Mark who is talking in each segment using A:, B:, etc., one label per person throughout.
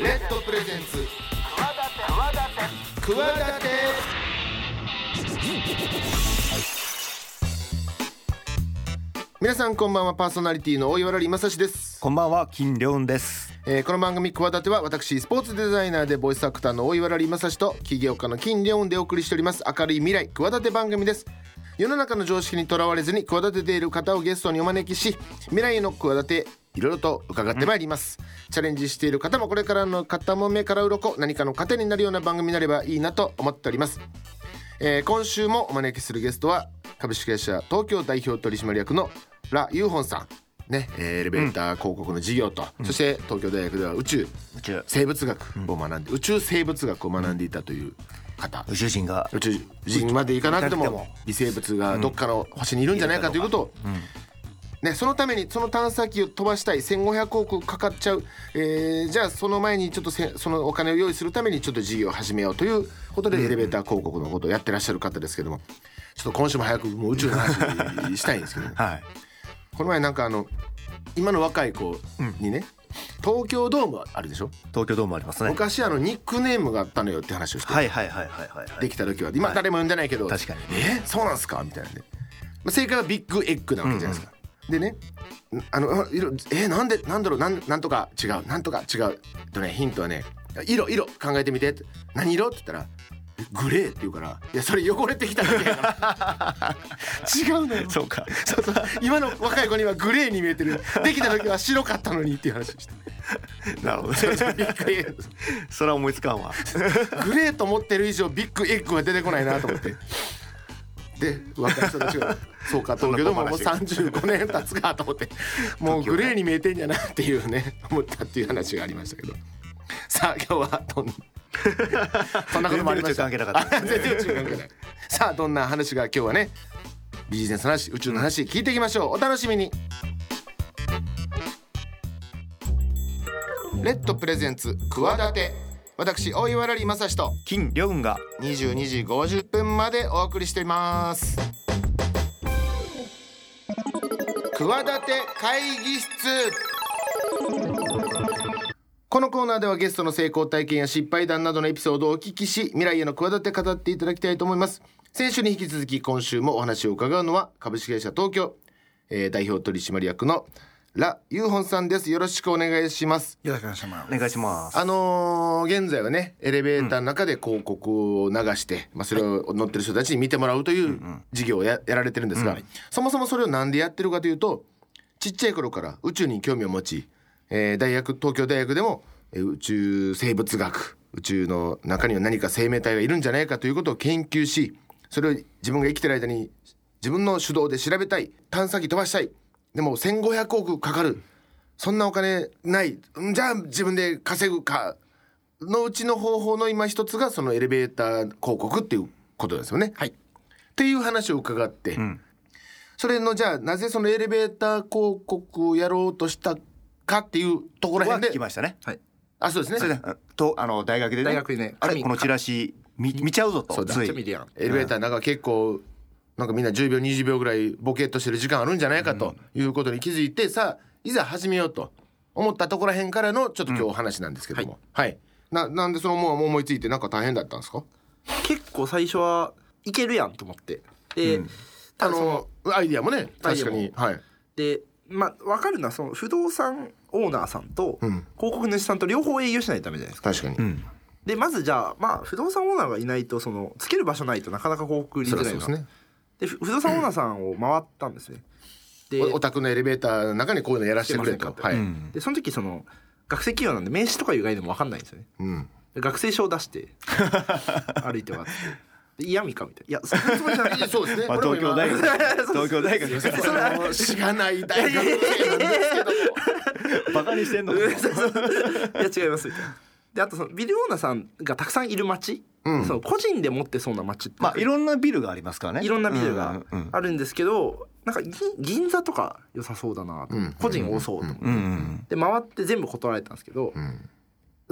A: レッドプレゼンツ企て皆さんこんばんはパーソナリティの大岩良理正史です、
B: こんばんは、金良雲です。
A: えーこの番組企ては私スポーツデザイナーでボイスアクターの大岩良理正史と起業家の金良雲でお送りしております明るい未来企て番組です世の中の常識にとらわれずに企てている方をゲストにお招きし未来への企ていろいろと伺ってまいります、チャレンジしている方もこれからの方も目から鱗何かの糧になるような番組になればいいなと思っておりますえー今週もお招きするゲストは株式会社東京代表取締役のラ・ユーホンさん、ねえーエレベーター広告の事業と、そして東京大学では宇宙
B: 宇宙
A: 生物学を学んで、宇宙生物学を学んでいたという方、
B: 宇宙人が
A: 宇宙人まで行かなくて
B: 行かな
A: も
B: くても
A: 微生物がどっかの星にいるんじゃないかということを、ね、そのためにその探査機を飛ばしたい1,500億かかっちゃう、えーじゃあその前にちょっとせそのお金を用意するためにちょっと事業を始めようということでエレベーター広告のことをやってらっしゃる方ですけどもちょっと今週も早くもう宇宙の話したいんですけ ど、
B: はい。
A: この前なんかあの今の若い子にね、東京ドームあるでしょ
B: 東京ドームありますね。はい
A: 昔あのニックネームがあったのよって話をして
B: はいはいはいはいはい。
A: できた時は今誰も呼んでないけど、
B: 確かに
A: えそうなんすかみたいなんで、まあ、正解はビッグエッグなわけじゃないですか、でねあの色えなんでなんだろうなんなんとか違うなんとか違うえっとねヒントはね色色考えてみてって何色って言ったらえグレーって言うからいやそれ汚れてきただけやから 違うのよ
B: そうか。
A: そうそう今の若い子にはグレーに見えてるできた時は白かったのにっていう話をして
B: なるほど。
A: ビッグエッグ
B: それは思いつかんわ。
A: グレーと思ってる以上ビッグエッグは出てこないなと思ってで若い人たち が「そうか東京でももう35年経つか」と思ってもうグレーに見えてんじゃなっていうね思ったっていう話がありましたけどさあ今日は どんそんなこともありました
B: 全然宇宙関係なかった
A: あ全然宇宙関係ないさあどんな話が今日はねビジネスの話宇宙の話聞いていきましょうお楽しみにレッドプレゼンツ企て私大岩良理正史と
B: 金良雲が。
A: 22時50分までお送りしています企て会議室このコーナーではゲストの成功体験や失敗談などのエピソードをお聞きし未来への企て語っていただきたいと思います先週に引き続き今週もお話を伺うのは株式会社東京、えー代表取締役のラ・ユーホンさんですよろしくお願いします
C: よろしくお願いします。
B: お願いします。
A: あのー現在はねエレベーターの中で広告を流して、まあ、それを乗ってる人たちに見てもらうという事業をややられてるんですが、そもそもそれをなんでやってるかというとちっちゃい頃から宇宙に興味を持ち、えー大学東京大学でも、えー宇宙生物学宇宙の中には何か生命体がいるんじゃないかということを研究しそれを自分が生きてる間に自分の主導で調べたい探査機飛ばしたいでも1,500億かかる。そんなお金ない。んじゃあ自分で稼ぐか。のうちの方法の今一つがそのエレベーター広告っていうことですよね。はい。っていう話を伺って、それのじゃあなぜそのエレベーター広告をやろうとしたかっていうところ
B: は
A: へん
B: 聞
A: で
B: き、ましたね。
C: はい。
A: あそうですね。
B: それで、うんとあの大学でね。
C: 大学でね
B: あれ
C: 紙
B: このチラシ見見ちゃうぞ
A: そ
B: と。
A: うだ
B: つ
C: じゃあ見
B: い。
C: るやん。
A: エレベーターなんか結構なんかみんな10秒20秒ぐらいボケっとしてる時間あるんじゃないかということに気づいて、さあいざ始めようと思ったところらへんからのちょっと今日お話なんですけども、はい、ななんでその思い思いついてなんか大変だったんですか
C: 結構最初はいけるやんと思って。で、
A: あ
C: ただその
A: のアイディアもね
C: アイ
A: 確
C: デ
A: か
C: アも
A: にはい
C: で、まあわかるのはその不動産オーナーさんと
A: うん
C: 広告主さんと両方営業しないとダメじゃないですか。
A: 確かに、
B: うん。
C: で、まずじゃあまあ不動産オーナーがいないとそのつける場所ないとなかなか広告売り
A: そ
C: づ
A: りゃ
C: ら
A: そうで
C: いな
A: す。ね
C: で、ふ不動産オーナーさんを回ったんですね。で、
A: おお宅のエレベーターの中にこういうのやらせてくれと
C: して
A: は
C: ま
A: い、
B: う
A: うん
B: ん
C: でその時その学生企業なんで名刺とかいう概念もわかんないんですよね。で学生証を出して 歩いて回って。で嫌味かみたいな。いや、そんなつもりじゃない
A: いや そうですね
B: まあ
A: 俺も
B: 東京
A: 今
B: 大学。 東京大学。
A: それは知らない大学生なんですけども
B: バカにしてんの。
C: いや違いますみたいな。であとそのビルオーナーさんがたくさんいる町、
A: うん
C: その個人で持ってそうな町って、
B: まあいろんなビルがありますからね。
C: いろんなビルが
B: うんうん
C: あるんですけど、なんかぎ銀座とか良さそうだなと、
A: うん
C: 個人多そうと思って、
B: うんうんうん。
C: で回って全部断られたんですけど、
A: うん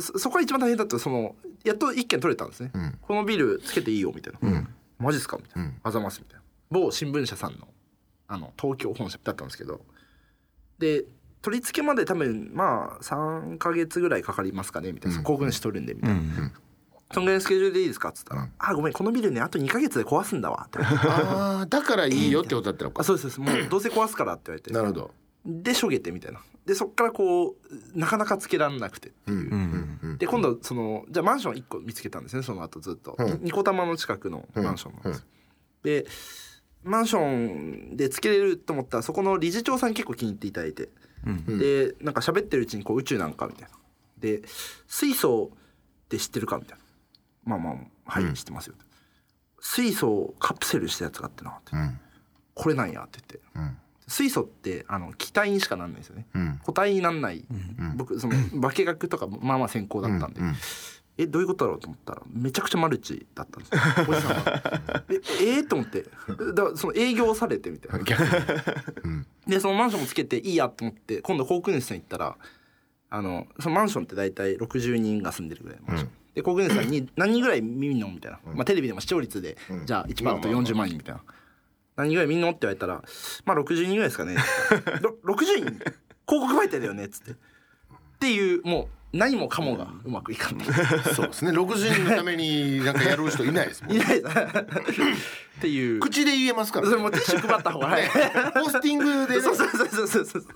C: そそこが一番大変だったそのやっと一件取れたんですね、
A: うん
C: このビルつけていいよみたいな、
A: うん
C: マジっすかみたいな、
A: うん
C: あざますみたいな某新聞社さんのあの東京本社だったんですけどで取り付けまで多分まあ3か月ぐらいかかりますかねみたいな、興奮しとるんでみたいな、そんぐらいのスケジュールでいいですか?」っつったら「あごめんこのビルねあと2か月で壊すんだわ」って 「
A: ああだからいいよってことだったの
C: あ
A: か
C: そうですそうですもうどうせ壊すから」って言われて
A: なるほど
C: でしょげてみたいなでそっからこうなかなかつけらんなくてっていう、で今度そのじゃあマンション1個見つけたんですねその後ずっと、
A: うん
C: ニコタマの近くのマンションなんですよ、でマンションでつけれると思ったらそこの理事長さんに結構気に入っていただいて、
A: ん
C: でなんか喋ってるうちにこう宇宙なんかみたいなで水素って知ってるかみたいなまあまあはい、知ってますよ水素をカプセルしたやつがあってなって、
A: ん
C: これなんやって言って
A: うん
C: 水素ってあの気体にしかなんないんですよね、
A: うん
C: 固体になんない、僕その化学とかまあまあ専攻だったんで、
A: うんうん
C: えどういうことだろうと思ったらめちゃくちゃマルチだったんですよおじさんはええーと思ってだからその営業されてみたいな
A: 逆に
C: でそのマンションもつけていいやと思って今度航空主さん行ったらあのそのマンションって大体60人が住んでるぐらいのマンション、で航空主さんに何人ぐらい見んのみたいな、まあ、テレビでも視聴率で、じゃあ1万と40万人みたいな、何人ぐらい見んのって言われたらまあ60人ぐらいですかね ろ60人広告媒体だよねっつってっていうもう何もかもがうまくいかない
A: そうですね60人のためになんかやる人いないですもん
C: いないですっていう
A: 口で言えますから
C: そ
A: ね
C: れもうティッシュ配った方がいい
A: ポスティングでね
C: そうそうそうそうそうそうっ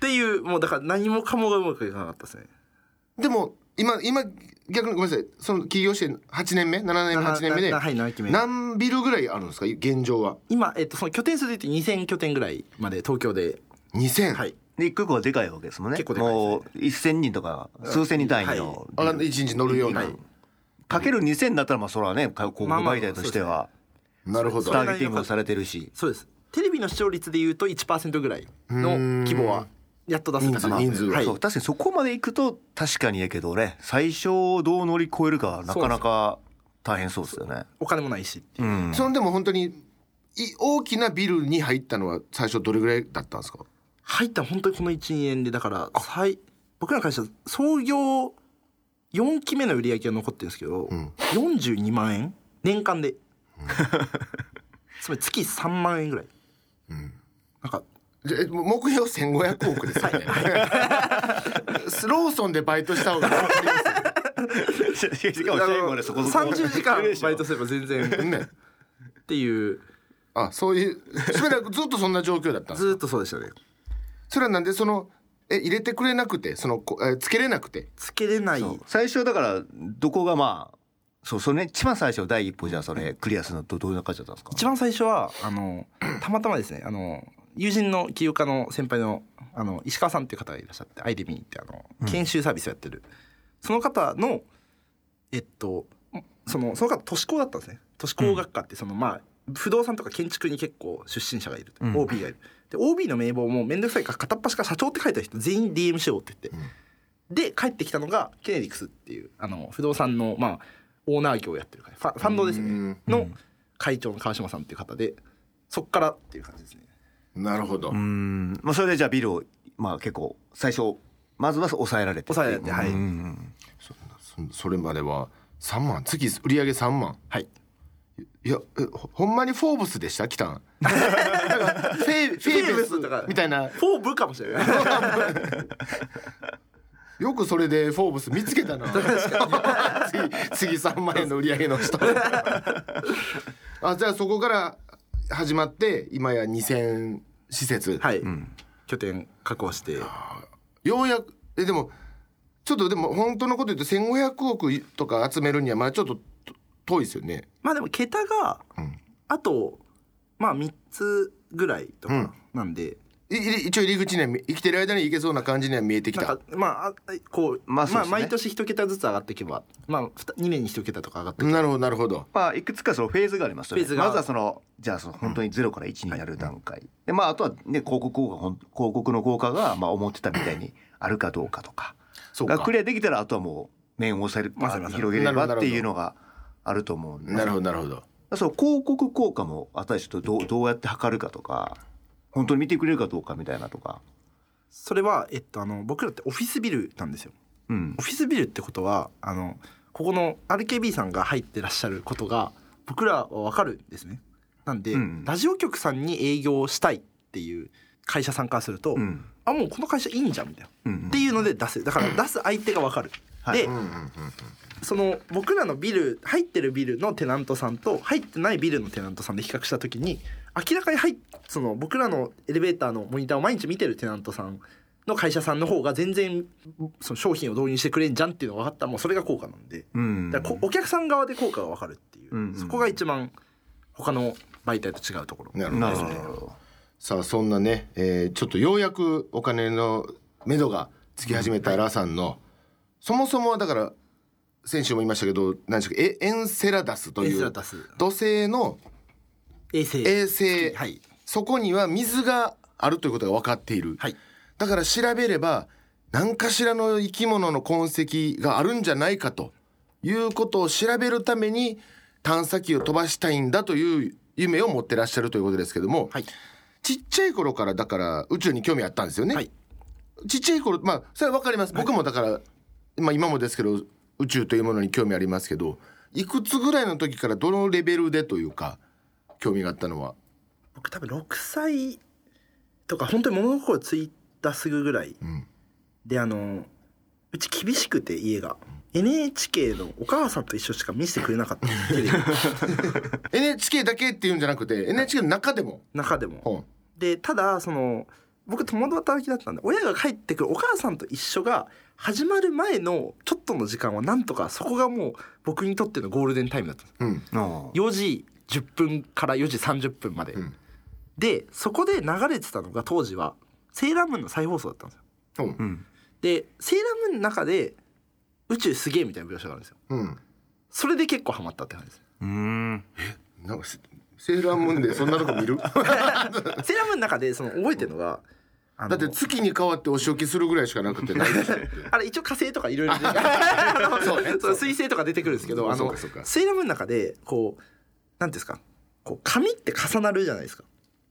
C: ていうもうだから何もかもがうまくいかなかったですね
A: でも今今逆にごめんなさいその起業して8年目7年目
C: な
A: 8年目で
C: なはい7期目
A: 何ビルぐらいあるんですか現状は
C: 今、えっと、その拠点数で言って2000拠点ぐらいまで東京で、
A: 2000
C: はい、
B: で一個一個がでかいわけですもんね
C: 結構でかいですね
B: もう1000人とか数千人単位の
A: あら一日乗るような、
C: はい
B: かける2000だったらまあそれはね広告
C: まあまあ
B: 媒体としては
A: なるほ
B: タ
A: ど
C: そう
B: ーゲティングをされてるし
C: そうですテレビの視聴率でいうと1%ぐらいの規模はやっと出せたかな
A: 人数人数
C: はい
B: そう確かにそこまで行くと確かにやけどね最初をどう乗り越えるかはなかなか大変そうですよね
C: お金もないしっていう
B: うん
A: そのでも本当にい大きなビルに入ったのは最初どれぐらいだったんですか
C: 入ったの本当にこの12年でだから最僕らの会社創業4期目の売り上げが残ってるんですけど、42万円年間で、 つまり月3万円ぐらい、なんか
A: じゃえ目標1500億ですよねローソンでバイトした方が分かりま
B: し
C: あの30時 間バイトすれば全然っ
A: すよね
C: ていう
A: あそういうしばらくずっとそんな状況だったんです
C: ずーっとそうでしたね
A: それはなんでそのえ入れてくれなくてそのこえつけれなくて
C: つけれない
B: 最初だからどこがまあそうそれね一番最初第一歩じゃあそれクリアするのとどういう感じだったんですか
C: 一番最初はあのたまたまですねあの友人の起業家の先輩のあの石川さんっていう方がいらっしゃってアイデミーってあの研修サービスをやってる、その方のえっとそのその方都市工だったんですね都市工学科ってその、まあ不動産とか建築に結構出身者がいると、
B: うん
C: OB がいるで OB の名簿も面倒くさいから片っ端から社長って書いた人全員 DM しようって言って、で帰ってきたのがケネディクスっていうあの不動産のまあオーナー業をやってる会ファファンドです
A: う
C: ね、
A: ん
C: の会長の川島さんっていう方でそっからっていう感じですね
A: なるほど、
B: うんまあそれでじゃあビルをまあ結構最初まずは抑えられて
C: 抑えられてはい、
B: うん
A: そそれまでは3万月売り上げ3万
C: はい
A: いやえほほんまに「フォーブス」でした来た んなんかフェイフェイブス
C: とか
A: みたいな
C: フォーブかもしれない
A: よくそれで「フォーブス」見つけたな次次3万円の売り上げの人あじゃあそこから始まって今や2,000施設、
C: はい、拠点確保して
A: ようやくえでもちょっとでも本当のこと言うと1,500億とか集めるにはまだちょっとと遠いですよね。
C: まあでも桁が
A: うん
C: あとまあ3つぐらいとかなんで、
A: いい一応入り口には見生きてる間にいけそうな感じには見えてき
C: な
A: た
C: んか。まああこう,、
B: ま
C: ま
B: あ
C: あ
B: そうですね
C: 毎年一桁ずつ上がっていけば、まあ、2年に一桁とか上がってい
A: なるほどなるほど。
B: まあいくつかそのフェーズがありますよ
C: フェーズ
B: ね
C: が
B: まずはそのじゃあその本当にゼロから1になる段階でまああとはね広告効果ほん広告の効果 がまあ思ってたみたいにあるかどうかとか
A: そう
B: が
A: か
B: ク。リアできたらあとはもう面を抑える、
C: まさにまさに
B: 広げればっていうのがあると思うんで
A: なるほどなるほど。
B: その広告効果もあたりちょっとどうどうやって測るかとか本当に見てくれるかどうかみたいなとか、
C: それは、えっと、あの僕らってオフィスビルなんですよ
B: うん
C: オ、フィスビルってことはあのここの RKB さんが入ってらっしゃることが僕らは分かるんですね。なんで、
B: うん
C: ラジオ局さんに営業をしたいっていう会社参加すると、
B: ん
C: あもうこの会社いいんじゃんみたいな、
B: うんうん
C: っていうので出すだから出す相手が分かる、
B: はい
C: で、
B: う
C: その僕らのビル入ってるビルのテナントさんと入ってないビルのテナントさんで比較した時に明らかに入っその僕らのエレベーターのモニターを毎日見てるテナントさんの会社さんの方が全然その商品を導入してくれんじゃんっていうのが分かったらもうそれが効果なんで、
B: うん
C: だからこお客さん側で効果が分かるっていう、
B: うんうん
C: そこが一番他の媒体と違うところ
A: なるほど
B: なるほど
A: さあそんなね、えーちょっとようやくお金の目処がつき始めたラさんの、そもそもはだから先週も言いましたけど何でしたっけえエンセラダスと
C: エン
A: い
C: セラ
A: う
C: ダス
A: 土星の
C: 衛星
A: 衛星、
C: はい
A: そこには水があるということが分かっている、
C: はい
A: だから調べれば何かしらの生き物の痕跡があるんじゃないかということを調べるために探査機を飛ばしたいんだという夢を持ってらっしゃるということですけども、
C: はい
A: ちっちゃい頃からだから宇宙に興味あったんですよね。
C: はい
A: ちっちゃい頃まあそれはわかります。僕もだから、まあ今もですけど宇宙というものに興味ありますけど、いくつぐらいの時からどのレベルでというか興味があったのは。
C: 僕多分6歳とか本当に物心ついたすぐぐらい
A: うん。
C: であのうち厳しくて家が NHK のお母さんと一緒しか見せてくれなかったんです テレビの
A: NHK だけっていうんじゃなくて NHK の中でも。
C: 中でも
A: ほ
C: でただその僕共働きだったんで親が帰ってくるお母さんと一緒が始まる前のちょっとの時間はなんとかそこがもう僕にとってのゴールデンタイムだったんです
A: ううん。
B: の
C: 4時10分から4時30分まで、
A: ん
C: でそこで流れてたのが当時はセーラームーンの再放送だったんですよ
A: ほう
B: うん
C: でセーラームーンの中で宇宙すげえみたいな描写があるんですよ
A: うん。
C: それで結構ハマったって感じです
B: うん
A: なんかセセーラームーンでそんなとこ 見る
C: セーラームーンの中でその覚えてるのがあ
A: だ
C: の
A: って月に変わってお仕置きするぐらいしかなくてないで しょ
C: あれ一応火星とかいろいろ出てくるあの
A: そうね
C: そう水星とか出てくるんですけどあ
A: そう
C: の
A: かそうか
C: セーラームーンの中でこうなんていうんですかこう紙って重なるじゃないですか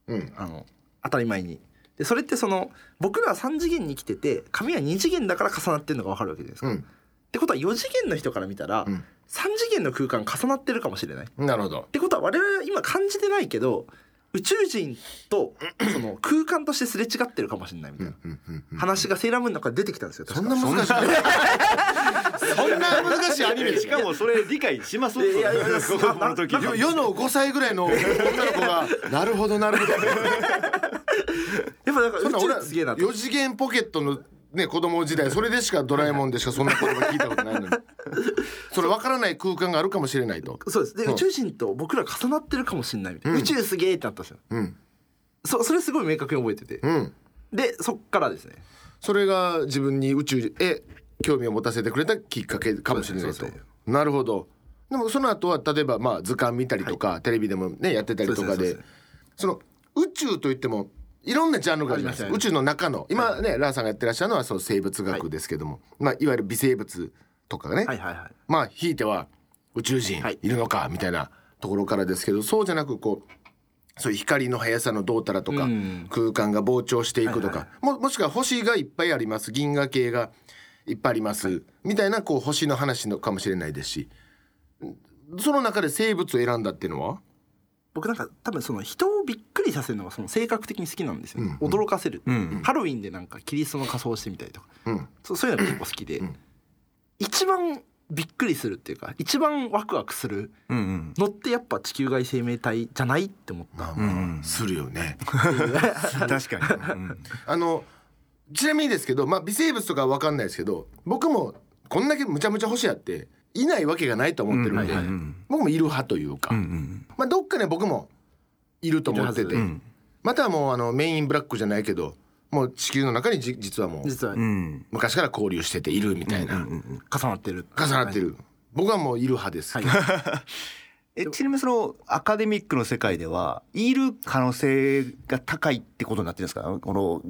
A: うん。
C: あの当たり前に。でそれってその僕らは3次元に来てて紙は2次元だから重なってるのが分かるわけじゃないですか。
A: う
C: っ
A: ん。
C: てことは4次元の人から見たら、
A: うん
C: 3次元の空間重なってるかもしれない。っ
A: なるほど。
C: てことは我々は今感じてないけど宇宙人とその空間としてすれ違ってるかもしれないみたいな
A: うんうんうん。
C: 話がセーラームーンの中で出てきたんですよ。
A: そん
C: 確
A: な
C: か
A: 難しい。そんな難しいアニメ
B: しかもそれ理解します
C: いやいやいや
B: 子供の時
A: よ世の5歳ぐらいの女の子が「 なるほどなるほど」
C: やっぱだから
A: そんな
C: 宇
A: 俺
C: 宙すげえなと。
A: 4次元ポケットの、ね、子供時代それでしか「ドラえもん」でしかそんな言葉聞いたことないのにそれ分からない空間があるかもしれないと。
C: そうです。で、
A: うん
C: 宇宙人と僕ら重なってるかもしれないみたいな。宇宙すげえってなったんですよ。
A: うん
C: そそれすごい明確に覚えてて。
A: うん、
C: でそっからですね。
A: それが自分に宇宙へ興味を持たせてくれたきっかけかもしれない
C: そ
A: と
C: うですね。
A: なるほどでもその後は例えばまあ図鑑見たりとか、テレビでもねやってたりとか
C: そうです
A: で
C: ね
A: その宇宙といってもいろんなジャンルがあります
C: あります
A: 宇
C: よね
A: 宙の中の今ね、ラーさんがやってらっしゃるのはその生物学ですけども、いまあ、いわゆる微生物とかがね、
C: はいはいはい。
A: まあひいては宇宙人
C: はい
A: いるのかみたいなところからですけど、そうじゃなくこうそういう光の速さのどうたらとか、
C: うん
A: 空間が膨張していくと
C: は
A: か、ももしくは星がいっぱいあります銀河系がいっぱいあります、みたいなこう星の話のかもしれないですしその中で生物を選んだっていうのは
C: 僕なんか多分その人をびっくりさせるのがその性格的に好きなんですよ、ね驚かせる、
B: ん
C: ハロウィンでなんかキリストの仮装してみたりとか、
A: うん
C: そそういうのが結構好きで、一番びっくりするっていうか一番ワクワクする
B: うんうん
C: のってやっぱ地球外生命体じゃないって思った、
B: うん
A: するよね。
B: 確かに
A: あのちなみにですけど、まあ、微生物とかは分かんないですけど僕もこんだけむちゃむちゃ星やっていないわけがないと思ってるんで、
C: うんはいはい
B: うん
A: 僕もいる派というか、
B: うんうん
A: まあ、どっかね僕もいると思って
C: いる
A: て、
C: は
B: うん
A: またはもうあのメインブラックじゃないけどもう地球の中にじ実はもう
C: 実は
B: う
C: 重
B: ん
A: 昔から交流してているみたいな、
C: なってる
A: 重なってる、僕はもういる派です、
C: はい、
B: えちなみにそのアカデミックの世界ではいる可能性が高いってことになってるんですかこの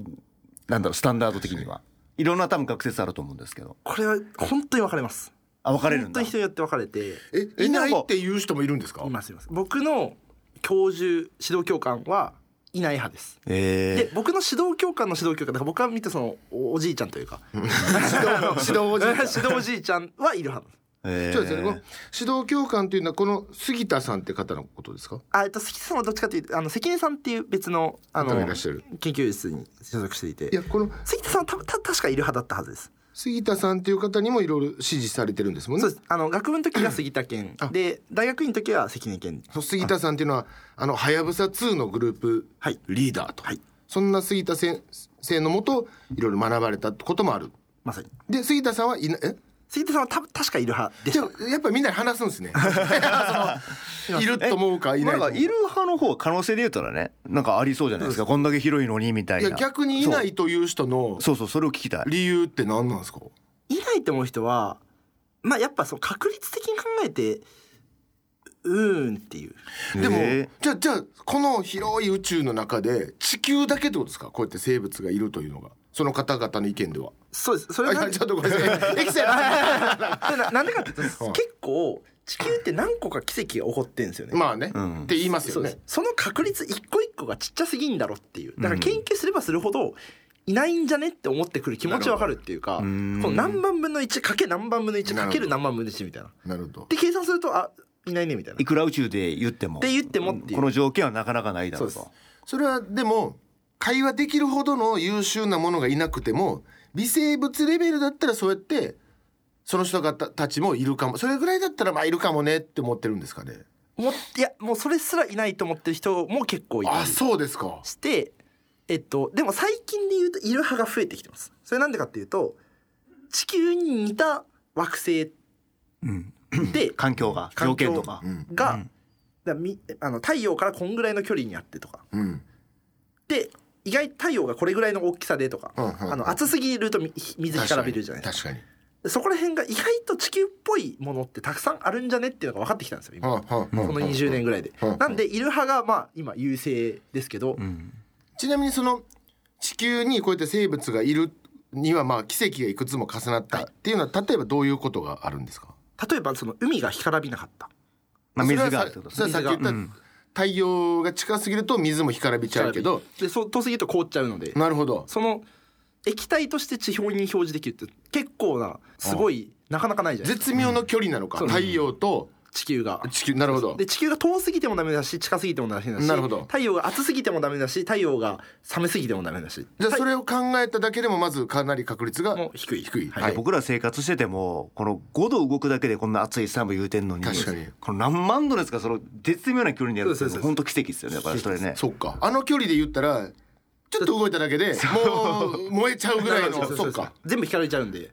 B: なんだろうスタンダード的にはいろんな多分学説あると思うんですけど
C: これは本当に分かれます
B: あ分かれるん
C: 本
B: だ
C: 当に人によって分かれて
A: え いないっていう人もいるんですか
C: いますいます僕の教授指導教官はいない派ですで
B: え
C: 僕の指導教官の指導教官だから 僕は見てそのおおじいちゃんというか
A: 指導指導おじい
C: 指導おじいちゃんはいる派なんです
B: えー
A: そうですよねこの指導教官というのはこの杉田さんって方のことですか
C: あえっと関根さんはどっちかというとあの関根さんっていう別のあの
A: 方がいらっしゃ
C: 研
A: る
C: 究室に所属していて
A: いやこの
C: 関田さんはたた確かいる派だったはずです。
A: 杉田さんという方にもいろいろ支持されてるんですもんね
C: そうですあの学部の時 が杉田健
A: あ
C: で大学院の時は関根健
A: そう杉田さんっていうのはあのはやぶさ2のグループ
C: はい
A: リーダーと、
C: はい
A: そんな杉田先生のもといろいろ学ばれたこともある
C: まさに
A: で杉田さんはいなえ
C: 杉田さんはた確かいる派でし
A: じ
C: た
A: ゃあやっぱりみんなに話すんですねそ のいると思うかいないと
B: まあ
A: 思う
B: んか
A: か
B: いる派の方は可能性で言ったらねなんかありそうじゃないですかこんだけ広いのにみたい
A: い
B: な
A: や逆にいないという人の
B: そうそうそうそれを聞きたい
A: 理由って何なんですか
C: いないと思う人はまあやっぱその確率的に考えてうーんっていう
A: でも
B: え
A: じゃあじゃあこの広い宇宙の中で地球だけってことですかこうやって生物がいるというのがその方々の意見では。
C: そうですそれ
A: あい
C: なん
A: や
C: で
A: ちょっとごめんなさい。エキセル
C: でななんでかっていうと
A: はい
C: 結構地球って何個か奇跡が起こってんですよね。
A: まあね、
B: うん
A: って言います
C: そ
A: よ
C: うで
A: ね
C: す。その確率一個一個がちっちゃすぎんだろっていうだから研究すればするほどいないんじゃねって思ってくる気持ちわかるっていうかこ
B: ん
C: の何万分の1かけ何万分の1かける何万分の1みたいな。
A: なるほど。
C: で計算するとあいないねみたいな。
B: いくら宇宙で言っても
C: って言ってもっていう
B: この条件はなかなかないだろう
C: そう
B: と
C: で
A: それはでも会話できるほどの優秀なものがいなくても微生物レベルだったらそうやってその人方たちもいるかもそれぐらいだったらまあいるかもねって思ってるんですかね。
C: もいやもうそれすらいないと思ってる人も結構いたり
A: あそうですか。
C: して、えっと、でも最近で言うといる派が増えてきてます。それなんでかっていうと地球に似た惑星
B: うん
C: で
B: 環境が
C: 環
B: 条
C: 境
B: 件とか
A: うん
C: が、
B: うん
C: だみあの太陽からこんぐらいの距離にあってとか
A: うん
C: で意外と太陽がこれぐらいの大きさでとか、
A: うんうんうん
C: あの暑すぎるとみ水干からびるじゃないですか
A: 確かに。
C: そこら辺が意外と地球っぽいものってたくさんあるんじゃねっていうのが分かってきたんですよ今、
A: はあはあはあ
C: この20年ぐらいで、
A: うんうん
C: なんでイルハがまあ今優勢ですけど、
B: うん
A: ちなみにその地球にこうやって生物がいるにはまあ奇跡がいくつも重なったっていうのは例えばどういうことがあるんですか
C: 例えばその海が干からびなかった
B: まあ
A: それ
B: 水
A: は
B: があるってことです
A: それ
B: ね
A: はさっき言
B: う
A: っ
B: ん
A: た太陽が近すぎると水も干からびちゃうけど
C: でそう遠すぎると凍っちゃうので
A: なるほど
C: その液体として地表に表示できるって結構なすごいなかなかないじゃないですか
A: 絶妙の距離なのか
C: そう
A: 太陽と
C: 地球が
A: 地球なるほど
C: で地球が遠すぎてもダメだし近すぎてもダメだし
A: なるほど
C: 太陽が暑すぎてもダメだし太陽が冷めすぎてもダメだし
A: じゃあそ
C: れ
A: れを考えただけでもまずかなり確率が
C: もう低い
A: 低い
C: はい
A: はい
B: 僕ら生活しててもこの5度動くだけでこんな暑い寒い言うてんのに
A: 確かに
B: この何万度ですかその絶妙な距離にあるって
C: そうそうそう
B: 本当奇跡ですよねだからそれね
A: そっかあの距離で言ったらちょっと動いただけでもう燃えちゃうぐらい
C: そうそう
A: の
C: そう
A: そっか
C: 全部光られちゃうんで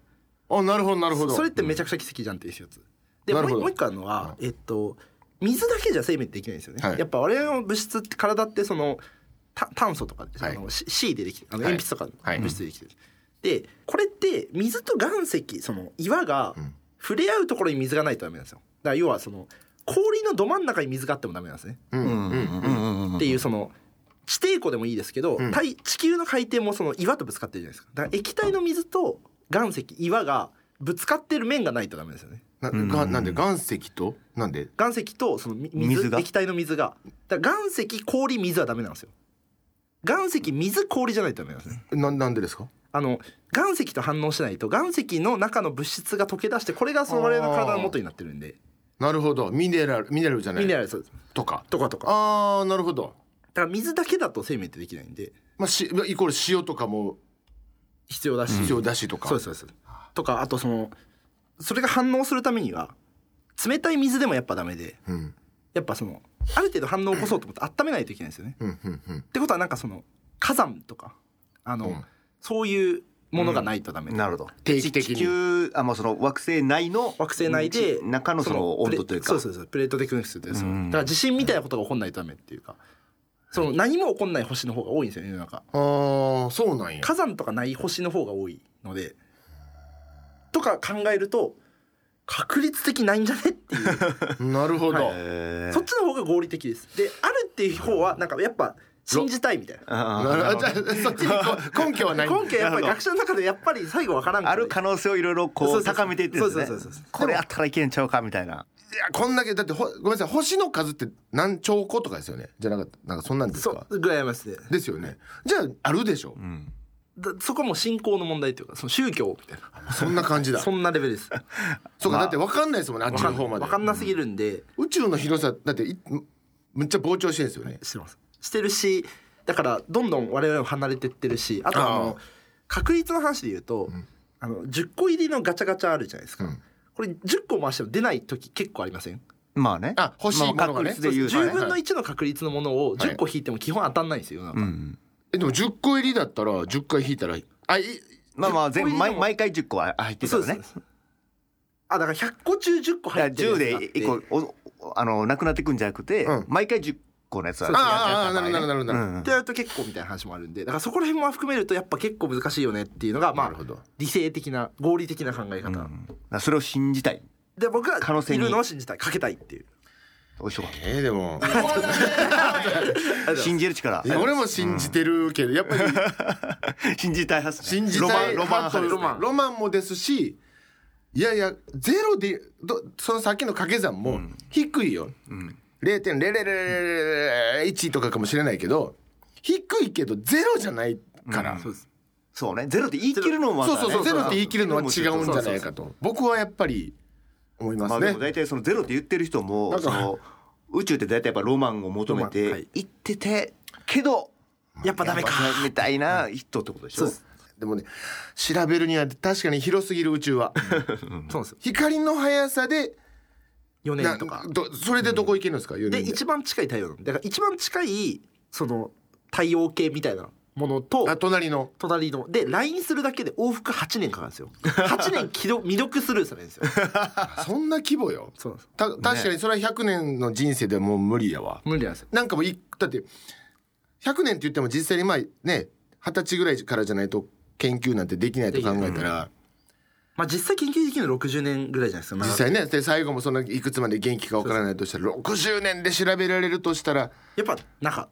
A: あなるほどなるほど
C: それってめちゃくちゃ奇跡じゃんっていうやつで
A: な
C: も
A: るほ
C: う
A: ど
C: もう一個あるのはえっと水だけじゃ生命できないんですよね、
A: はい
C: やっぱ我々の物質って体ってそのた炭素とか、
A: はい
C: あの C- C でできてるあの
A: はい
C: 鉛筆とかの
A: はい
C: 物質でできてる、でこれって水と岩石その岩が
A: うん
C: 触れ合うところに水がないとダメなんですよだから要はその氷のど真ん中に水があってもダメなんですね
A: うん
B: う
A: うんんうん
B: う
A: ん
B: うんうんうん
C: っていうその地底湖でもいいですけど、
A: うん
C: 太地球の海底もその岩とぶつかってるじゃないですかだから液体の水と岩石岩がぶつかってる面がないとダメですよね
A: な
B: うん
A: がなんで岩石となんで
C: 岩石とそのみ水
B: 水が
C: 液体の水がだから岩石氷水はダメなんですよ岩石水氷じゃないとダメなんですね
A: ななんでですか
C: あの岩石と反応しないと岩石の中の物質が溶け出してこれがその我々の体の元になってるんで
A: なるほどミネラルミネラルじゃな
C: ミネ
A: い
C: ラルそうです
A: とか
C: とかとか
A: ああなるほど、
C: だから水だけだと生命ってできないんで
A: まあ、しイコール塩とかも
C: 必要だし、
A: 必要だしとか、
C: そうですそうですとかあとそのそれが反応するためには冷たい水でもやっぱダメで
A: うん
C: やっぱそのある程度反応を起こそうと思って温めないといけないんですよね。
A: うんうんうん
C: ってことはなんかその火山とかあの、
A: うん
C: そういうものがないとダメ、
B: なるほど
A: 定期的に
B: 地球あまあその惑星内の
C: 惑星内で
B: 中のその温度というか
C: プレそうそうそうプレートテクニクスってそう
B: うん
C: だから地震みたいなことが起こんないとダメっていうかその何も起こんない星の方が多いんですよ世の中
A: ああそうなんや
C: 火山とかない星の方が多いのでとか考えると確率的ないんじゃねっていう
A: なるほど、
B: へー
C: そっちの方が合理的です。で、あるっていう方は、なんかやっぱ信じたいみたいな。
B: あ
A: な
B: ー
A: るほどじゃあそっちにこ う根拠はない
C: 今回やっ
B: なるほ
C: ぱり
B: ど
C: 学者の中でやっぱり最後わからんから。
B: ある可能性をいろいろ
C: そう
B: こ
C: そう
B: う
C: そう
B: 高めていってるんですね
C: そうそうそうそう
B: これあったらいけんちゃうかみたいない
A: やこんだけだってほごめんなさい星の数って何兆個とかですよねじゃなかったなんかそんなんです
C: そ
A: か
C: う、ぐらいありますね。
A: ですよねじゃああるでしょ、
B: ん
C: だそこはもう信仰の問題というかその宗教みたい
A: そんな感じだ
C: なそんなレベルです
A: そうか
B: まあ
A: だって分かんないですもんねあっ
C: 分
A: ち
C: か
A: の
C: んな
A: 方
C: い
A: まで
C: わかんなすぎるんで、
A: 宇宙の広さだっていむっちゃ膨張してるんですよね
C: してますしてるしだからどんどん我々も離れてってるしあとあ
A: あ
C: の確率の話で言うと、あの10個入りのガチャガチャあるじゃないですか、
A: うん
C: これ10個回しても出ない時結構ありません
B: まあね。
A: あ欲しいものがね
B: まあ確率で言うと
A: は
B: ね
A: い
C: 10分の1の確率のものを
A: はい
C: 10個引いても基本当たんないんですよ世の中、
B: うん。
A: えでも10個入りだったら10回引いたらあい
B: まあまあ全部
C: 10個入
B: 毎
C: りでも
B: 毎回10個は入ってた
C: そう
B: よ
C: です
B: ね
C: ね。あだから100個中10個
B: だか
C: 入
B: ら
C: ってるや
B: 10
C: つがあっ
B: で
C: て
B: 1個おおあのなくなってくんじゃなくて、
A: うん
B: 毎回10個のやつある
A: ああああなるほどなるほどなるほど
B: うん
C: ってやると結構みたいな話もあるんでだからそこら辺も含めるとやっぱ結構難しいよねっていうのがま
A: な
C: あ
A: るほど
C: 理性的な合理的な考え方、
B: うんうんだからそれを信じたい。
C: で僕は
B: 可能性
C: い
B: に
C: るのを信じたいかけたいっていう
B: おいしょ。
A: えーでも
B: 信じる力
A: い。や俺も信じてるけどやっぱり
B: 信じたい発
A: 信じたい
B: ロマンロマン派です
A: ロマンロマンもですしいやいやゼロでどそのさっきの掛け算も低いよ、0.00001とかかもしれないけど低いけどゼロじゃないから、
C: そうです
B: そうね。ゼロって言い切るのもまた
A: そう
B: ね
A: そうそうゼロって言い切るのは違うんじゃない
B: そうそう
A: かと僕はやっぱり思いま
B: ますあで
A: ね
B: も大体そのゼロって言ってる人
A: な
B: も
A: んか
B: その宇宙って大体やっぱロマンを求め
C: ロマンは
B: て
C: い
B: 行っててけど
C: やっぱダメか
B: やっぱみたいな人ってことでしょ。
C: そうです
A: でもね調べるには確かに広すぎる宇宙は
C: そうなんですよ
A: 光の速さで
C: 4
A: な
C: 年とか
A: どそれでどこ行けるんですか、4
C: で
A: 年で
C: 一番近い太陽なんでだから一番近いその太陽系みたいなものと
A: あ隣の
C: 隣ので LINE するだけで往復8年かかるんです よ8年既読未読スルーされるんですよ
A: あそんな規模よ
C: そうなんです
A: た確かにそれは100年の人生ではもう無理やわ
C: 無理なんですよ
A: なんかもういだって100年って言っても実際にまあね二十歳ぐらいからじゃないと研究なんてできないと考えたら、
C: まあ実際研究できるの60年ぐらいじゃないですか
A: 実際ねで最後もそんないくつまで元気かわからないとしたら60年で調べられるとしたら
C: やっぱ中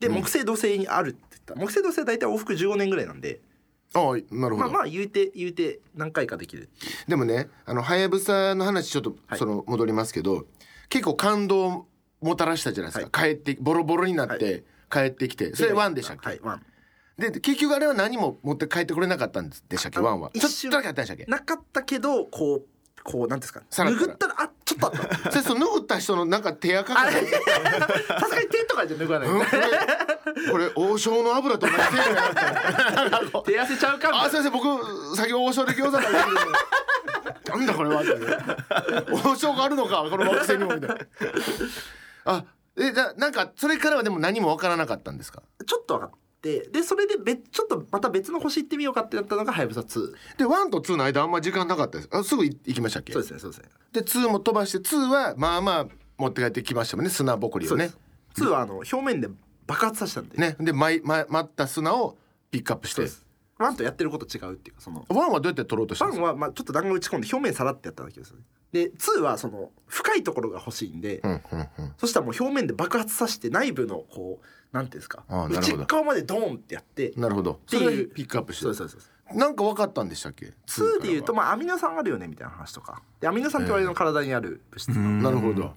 C: で木星土星にあるって言ったら木星土星は大体往復15年ぐらいなんで
A: ああなるほど、
C: まあまあ言うて言うて何回かできる
A: でもねあのはやぶさの話ちょっと
C: はい
A: その戻りますけど、結構感動をもたらしたじゃないですか、帰ってボロボロになって帰ってきて、それワンでしたっけ、
C: はいワン
A: で結局あれは何も持って帰ってこれなかったんでしたっけ
C: あ
A: ワンはちょ
C: 一
A: っ
C: 瞬
A: とだけあったんでしたっけ
C: なかったけどこうこうなんていうんです
A: さ
C: から
A: っと
C: 拭ったらあちょ っとあった
A: それその拭った人のなんか手垢か
C: あ
A: な
C: れさすがに手とかじゃ脱がない、
A: うんこれこれ王将の油と同じ手垢 なんだなんか
C: 手汗ちゃうかみた
A: あ
C: いな
A: 先生僕先王将で餃子食べてきてなんだこれはって王将があるのかこの惑星にもみたいなあえじゃなんかそれからはでも何もわからなかったんですか
C: ちょっと分かってでそれで別ちょっとまた別の星行ってみようかってなったのがはやぶさ2そう
A: で1と2の間あんま時間なかったですあすぐ行きましたっけ
C: ですねそうですね
A: で2も飛ばして2はまあまあ持って帰ってきましたもんね砂ぼこり
C: そ
A: を
C: うで
A: ね
C: す2はあの表面で爆発させたんで、
A: ねで舞い舞舞った砂をピックアップし
C: そう
A: て
C: です1とやってること違うっていうかその
A: 1はどうやって取ろうとしたんで
C: 1
A: す
C: はまあちょっと弾丸打ち込んで表面さらってやっただけですよねで2はその深いところが欲しいんで、
A: かうんうんうん
C: そしたらもう表面で爆発させて内部のこうなんていうんですか
A: ああなるほ
C: 内
A: ど
C: 側までドーンってやって
A: なるほど。
C: て
A: そ
C: いう
A: れをピックアップして
C: そうですそうですそうです
A: なんか分かったんでしたっけ
C: 2でいうと
A: ま
C: まあアミノ酸あるよねみたいな話とかでアミノ酸って我々の体にある物質が、
A: なるほど。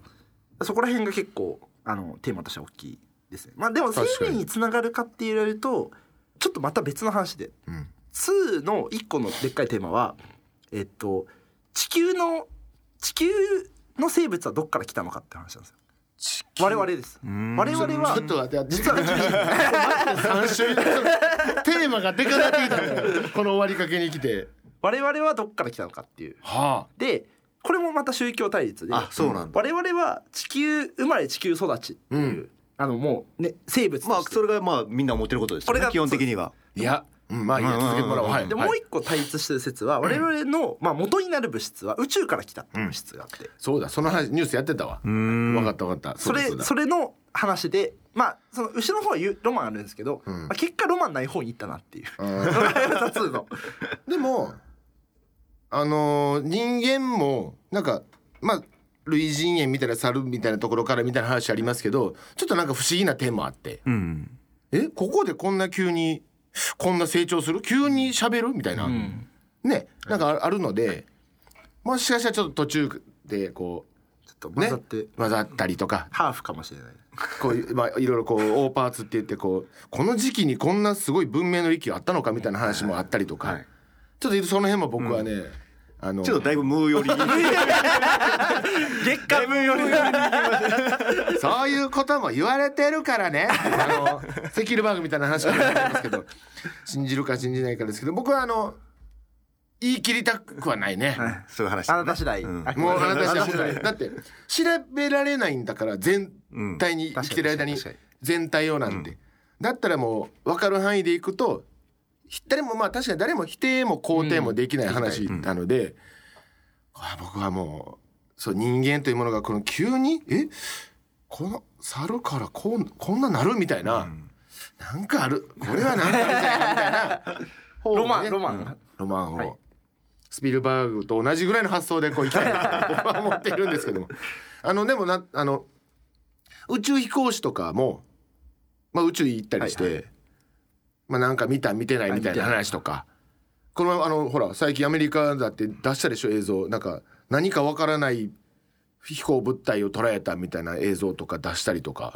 C: そこら辺が結構あのテーマとしては大きいですねまあでも生
A: 確かに
C: 命につながるかって言われるとちょっとまた別の話で
A: うん
C: 2の1個のでっかいテーマはえっと地球の地球の生物はどっから来たのかって話なんですよ我々です
B: ん
C: 我々は
A: ちょっと待って、
C: 実
A: 実は
C: は
A: 三週テーマがでかなってきた からこの終わりかけに来て。
C: 我々はどっから来たのかっていう
A: は
C: でこれもまた宗教対立で
B: あそうなんだ
C: 我々は地球生まれ地球育ちっていう、
A: うん
C: あのもうね生物として
B: まあそれがまあみんな思ってることですよ
C: これ
B: ね
C: が
B: 基本的には。
A: い。いや、うんまあいいや
B: うん
A: 続けてもらおう。はい。
C: でもう一個対立してる説は我々の、まあ、元になる物質は宇宙から来たっていう物質があって、
A: そうだ、その話ニュースやってたわ。
B: ん
A: 分かった分かった。
C: それ
A: うだ
C: それの話でまあその後ろの方は言うロマンあるんですけど、まあ、結果ロマンない方に行ったな っていう。
A: うん
C: 2つの
A: でもあのー人間もなんかまあ類人猿みたいな猿みたいなところからみたいな話ありますけどちょっとなんか不思議な点もあって
B: うん。
A: えここでこんな急にこんな成長する急に喋るみたいな、ねなんかああるのでもしかしたらちょっと途中でこう
C: と混
A: ね
C: ざって、
A: 混ざったりとか
C: ハーフかもしれない
A: こういう まあいろいろこう大パーツって言ってこうこの時期にこんなすごい文明の域があったのかみたいな話もあったりとか、
B: はい
A: ちょっとその辺も僕はね、あの
B: ちょっとだいぶムーより
C: 月下分より
A: そういうことも言われてるから ね。あの、セキルバーグみたいな話がありますけど、信じるか信じないかですけど、僕はあの、言い切りたくはないね。
B: そういう話
C: あなた次第、
B: うん
C: あくま
A: もう
C: で
A: あなた
C: あ
A: しか
C: なた次第
A: だって、調べられないんだから、全体に生きてる間に
C: 確かに確かに確かに、
A: 全体をなんて。だったらもう、分かる範囲でいくと、誰もまあ確かに誰も否定も肯定もできない話なので、あ僕はもうそう人間というものがこの急にえこの猿からこうこんななるみたいな、なんかあるこれはなんかあるんじゃないかみたいな方をね
C: ロマンロマン、
A: ロマンを、
C: はい
A: スピルバーグと同じぐらいの発想でこういきたいなと僕 は思っているんですけどもあのでもなあの宇宙飛行士とかも、まあ、宇宙行ったりして、
C: はいはい
A: まあ、なんか見た見てないみたいな話とかこのあのほら最近アメリカだって出したでしょ映像なんか何かわからない飛行物体を捉えたみたいな映像とか出したりとか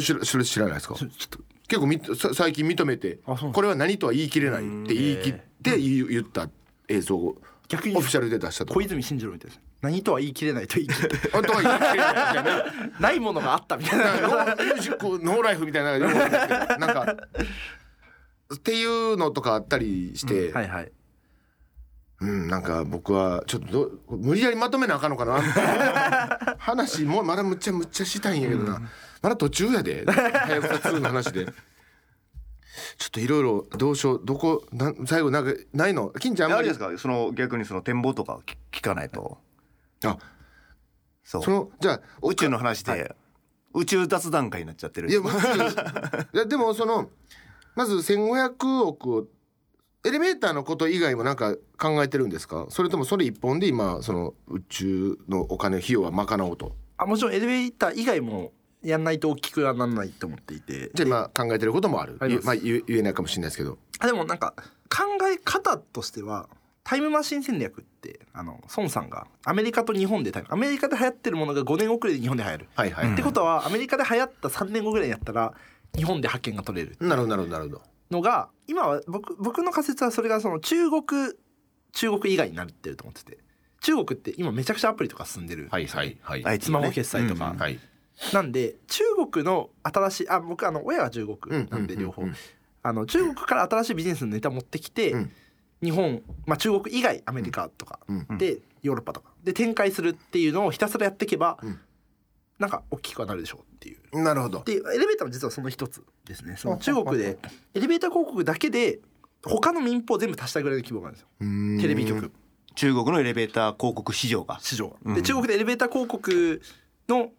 A: 知らそれ知らないですか
C: ちょちょっと
A: 結構みさ最近認めて
C: あそう
A: これは何とは言い切れないって言い切って言う言った映像を
C: 逆に
A: オフィシャルで出したと
C: 小泉進次郎みたいです何とは言い切れないと言い切れ
A: あとは言い切れないみたいな
C: ないものがあったみたいな
A: なんかノーミュージックノーライフみたいなのがよくあるんですけどなんかっていうのとかあったりして、うん
C: はいはい
A: なんか僕はちょっとど無理やりまとめなあかんのかな 話もまだむっちゃむっちゃしたいんやけどな、まだ途中やで早草2の話で。ちょっといろいろどうしようどこなん最後なんかないの金ちゃんあん
B: あ
A: ま
B: れ
A: り
B: ですかその逆にその展望とか聞聞かないと
A: あ
B: そう
A: そのじゃあお
B: 宇宙の話で、宇宙雑談会になっちゃってる
A: いや、まず いやでもそのまず1500億をエレベーターのこと以外もなんか考えてるんですかそれともそれ一本で今その宇宙のお金費用は賄おうと
C: あもちろんエレベーター以外もやんないと大きくはならないと思っていて
A: じゃあ今考えてることもある
C: あります
A: まあ、言え言えないかもしれないですけど
C: あでもなんか考え方としてはタイムマシン戦略ってあの孫さんがアメリカと日本でタイムアメリカで流行ってるものが5年遅れで日本で流行る、
A: はいはい、
C: ってことはアメリカで流行った3年後ぐらいにやったら日本で覇権が取れる
A: なるほどなるほどなるほど
C: のが今は僕僕の仮説はそれがその中国中国以外になってると思ってて中国って今めちゃくちゃアプリとか進んでる、
A: いはいはい
B: はい
C: スマホ決済とか、
A: はい
C: なんで中国の新しいあ僕あの親が中国なんで両方、
A: うんうんうん
C: あの中国から新しいビジネスのネタ持ってきて、
A: うん
C: 日本、まあ、中国以外アメリカとか、
A: うんうん
C: でヨーロッパとかで展開するっていうのをひたすらやっていけば、
A: うん
C: なんか大きくはなるでしょうっていう。
A: なるほど
C: でエレベーターも実はその一つですねその中国でエレベーター広告だけで他の民放全部足したぐらいの規模があるんですよテレビ局
B: 中国のエレベーター広告市場が
C: 市場がで中国でエレベーター広告の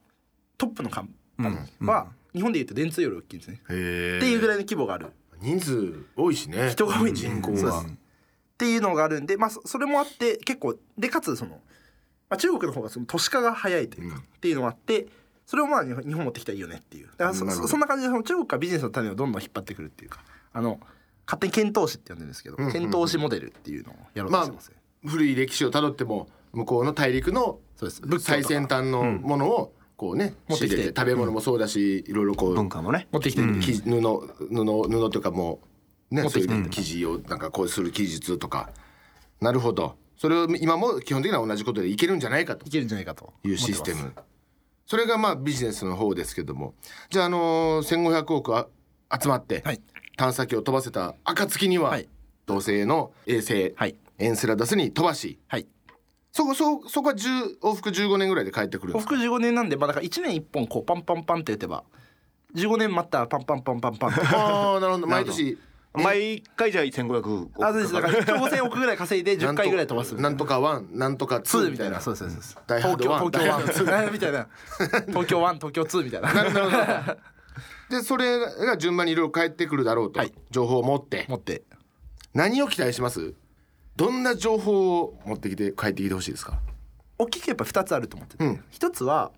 C: トップの看板は日本でいうと電通より大きいんですね
A: へえ
C: っていうぐらいの規模がある
A: 人数多いしね
C: 人が多いんで
A: 人口
C: そう
A: が
C: ですっていうのがあるんで、まあ、そそれもあって結構でかつその、まあ、中国の方がその都市化が早いというか、
A: うん
C: っていうのがあってそれをまあ日本日本持ってきたらいいよねっていうだからそ
A: なるほど
C: そそんな感じでその中国からビジネスの種をどんどん引っ張ってくるっていうかあの勝手に検討士って呼んでるんですけど、
A: んうんうん
C: 検討士モデルっていうのをやろうとしてますね、
A: 古い歴史をたどっても向こうの大陸の
C: そうです仏教とか
A: 最先端のものをこうね、
C: 持ってきて
A: 仕入れ食べ物もそうだし、いろいろこう
B: 文化もね
C: 持ってきてるんで、
A: き布布布というかもうね
C: 持っ
A: そ
C: て
A: う
C: きて
A: いう生地をなんかこうする技術とかなるほどそれを今も基本的には同じことでいけるんじゃないかと
C: いけるんじゃないかと
A: いうシステムそれがまあビジネスの方ですけどもじゃあ、あのー1500億あ集まって
C: はい
A: 探査機を飛ばせた暁には、
C: はい
A: 土星の衛星、
C: はい
A: エンセラダスに飛ばし
C: はい
A: そこそこそこは10往復15年ぐらいで帰ってくるん
C: 往
A: ですか
C: 復15年なんで、まあ、だから1年1本こうパンパンパンって打てば15年待ったらパンパンパンパン パンって
A: ああなるほ ど毎年
B: 毎回じゃあ1500
C: あそうですだから一応5000億ぐらい稼いで10回ぐらい飛ばすみたいな
A: なんとかワンなんとかツ
C: 2
A: ー
C: み
A: み
C: た
A: た
C: い
A: い
C: な
A: な
C: そうですそうです
A: ダイハー
C: 東
A: ドワン
C: 京東京ワン2みたい な東京ワン東京2みたいな
A: なるほど。で、それが順番にいろいろ返ってくるだろうと、
C: はい
A: 情報を持って
C: 持、って
A: 何を期待しますどんな情報を持ってきて帰ってきてほしいですか
C: 大きくやっぱ2つあると思ってて、
A: うん
C: 1つは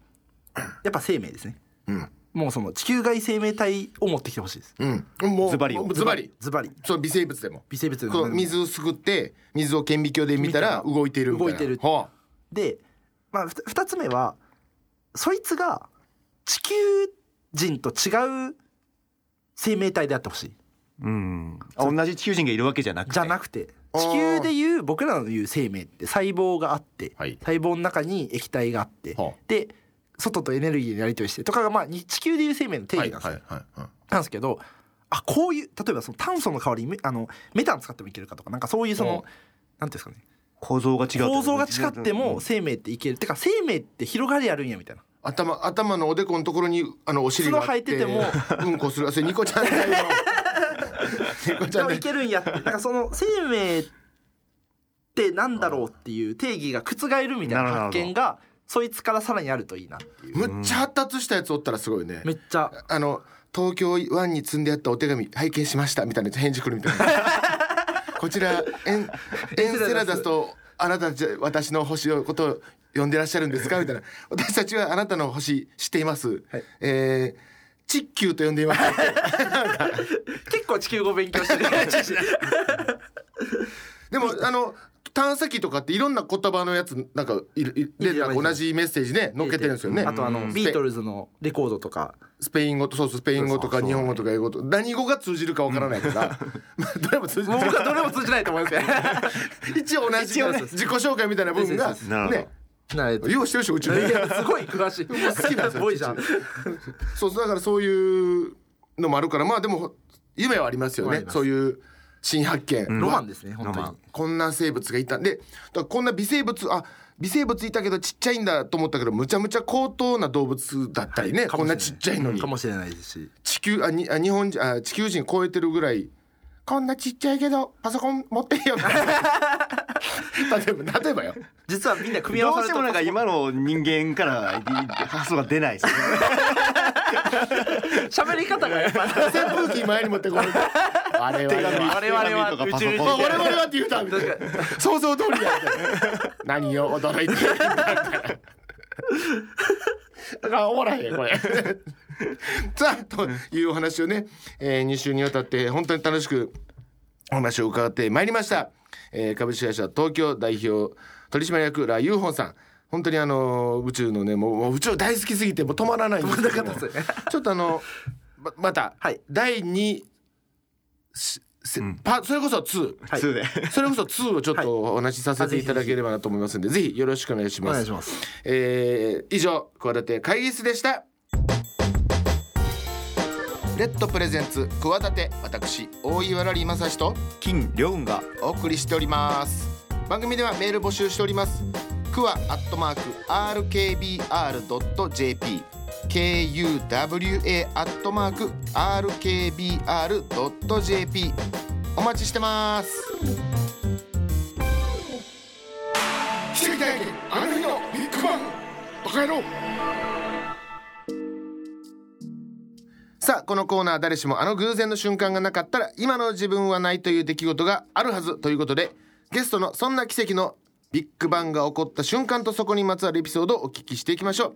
C: やっぱ生命ですね
A: うん。
C: もうその地球外生命体を持ってきてほしいです
A: うん。もう、
B: ズバリを
A: もうズバリ。
C: ズバリ
A: そう、微生物でも。
C: 微生物でも
A: こう水をすくって、水を顕微鏡で見たら動いているみたいな。
C: 動いてる
A: ほ
C: で、まあ、ふた2つ目はそいつが地球人と違う生命体であってほしい
B: うん。あ同じ地球人がいるわけじゃなくて。
C: じゃな
B: く
C: くて
A: あー
C: 地球でいう僕らの言う生命って細胞があって、
A: はい
C: 細胞の中に液体があって、
A: はあ
C: で外とエネルギーでやり取りしてとかがまあに地球でいう生命の定義なんですよ、
A: はいはいはいはい
C: なんですけどあこういう例えばその炭素の代わりにメあのメタン使ってもいけるかとかなんかそういうそのなんていうんですかね
B: 構造が違う。
C: 構造が違っても生命っていけるてか生命って広がりあるんやみたいな
A: 頭頭のおでこのところにあのお尻があって
C: 角生え
A: うんこするあそれニコちゃんだよ ニコち
C: で
A: ゃん
C: も
A: だ
C: い
A: よ
C: けるんやってなんかその生命ってなんだろうっていう定義が覆るみたいな発見がそいつからさらにあるといいなっていう
A: むっちゃ発達したやつおったらすごいね
C: めっちゃ
A: あの東京湾に積んであったお手紙拝見しましたみたいな返事来るみた いなこちらエンエンセラダスとあなたたち私の星のことを呼んでらっしゃるんですかみたいな私たちはあなたの星知っています、
C: はい
A: えー地球と呼んでいます。
C: 結構地球語勉強し てる
A: でもあの探査機とかっていろんな言葉のやつなんかいるい
C: いい
A: で
C: じゃ
A: な
C: ない
A: んか同じメッセージね載っけてるんですよね。
C: あとあの
A: スペ
C: ビートルズのレコードとか
A: スペイン語とそうそうスペイン語と
B: そう
A: か
B: そう
A: 日本語とか英語と何語が通じるかわからないから、 まあどれも通じ
C: もう僕はどれも通じないと思うんですけ
A: 一応同じ
C: 一応ね
A: 自己紹介みたいな部分が
B: なるほど
A: ね
C: どない
A: ようしてるでしょうちの
C: いやすごい詳しい
A: 好きなんですよ
C: ごいじゃん
A: そうそうだからそういうのもあるからまあでも夢はありますよ
C: あ
A: ね
C: ります
A: そういう新発見、
C: ロマンですね本当
B: ロ
C: に
B: マン
A: こんな生物がいたんでだからこんな微生物あ微生物いたけどちっちゃいんだと思ったけどむちゃむちゃ高等な動物だったりね、こんなちっちゃいのに
C: かもしれないですし
A: 地球あにあ日本人あ地球人超えてるぐらいこんなちっちゃいけどパソコン持ってんよ 例えば例えばよ
C: 実はみんな組み合
B: ど
C: わ
B: うして
C: され
B: も
C: た
B: なんか今の人間から発想が出ないですね。
C: 喋り方がやっぱ
A: 扇風機前に持って これて我々は
C: 我々は
B: 手紙とかパソコン
C: 宇宙
A: まあ我々はって言うたみたいな想像通りだみたいな 何を驚いてるんだみたいなだ からおもろいねこれさあというお話をね、え2週にわたって本当に楽しくお話を伺ってまいりました、えー株式会社東京代表取締役ラ・ユーホンさん本当にあの宇宙のねもうもう宇宙大好きすぎてもう止まらないんですけども
C: 止まらなかったですね
A: ちょっとあのままた、
C: はい
A: 第2せパそれこそ2、
C: はい
B: 普通で。
A: それこそ2をちょっとお話しさせていただければなと思いますので、ぜひよろしくお願いし
C: お
A: ます。
C: 願いします
A: えー以上企て会議室でしたレッドプレゼンツ企て私大岩良理正史と
B: 金良雲が
A: お送りしております番組ではメール募集しておりますくわアットマーク RKBR.jp KUWA アットマーク RKBR.jp お待ちしてます奇跡体験あの日のビッグバンバカ野郎さあこのコーナー誰しもあの偶然の瞬間がなかったら今の自分はないという出来事があるはずということでゲストのそんな奇跡のビッグバンが起こった瞬間とそこにまつわるエピソードをお聞きしていきましょう、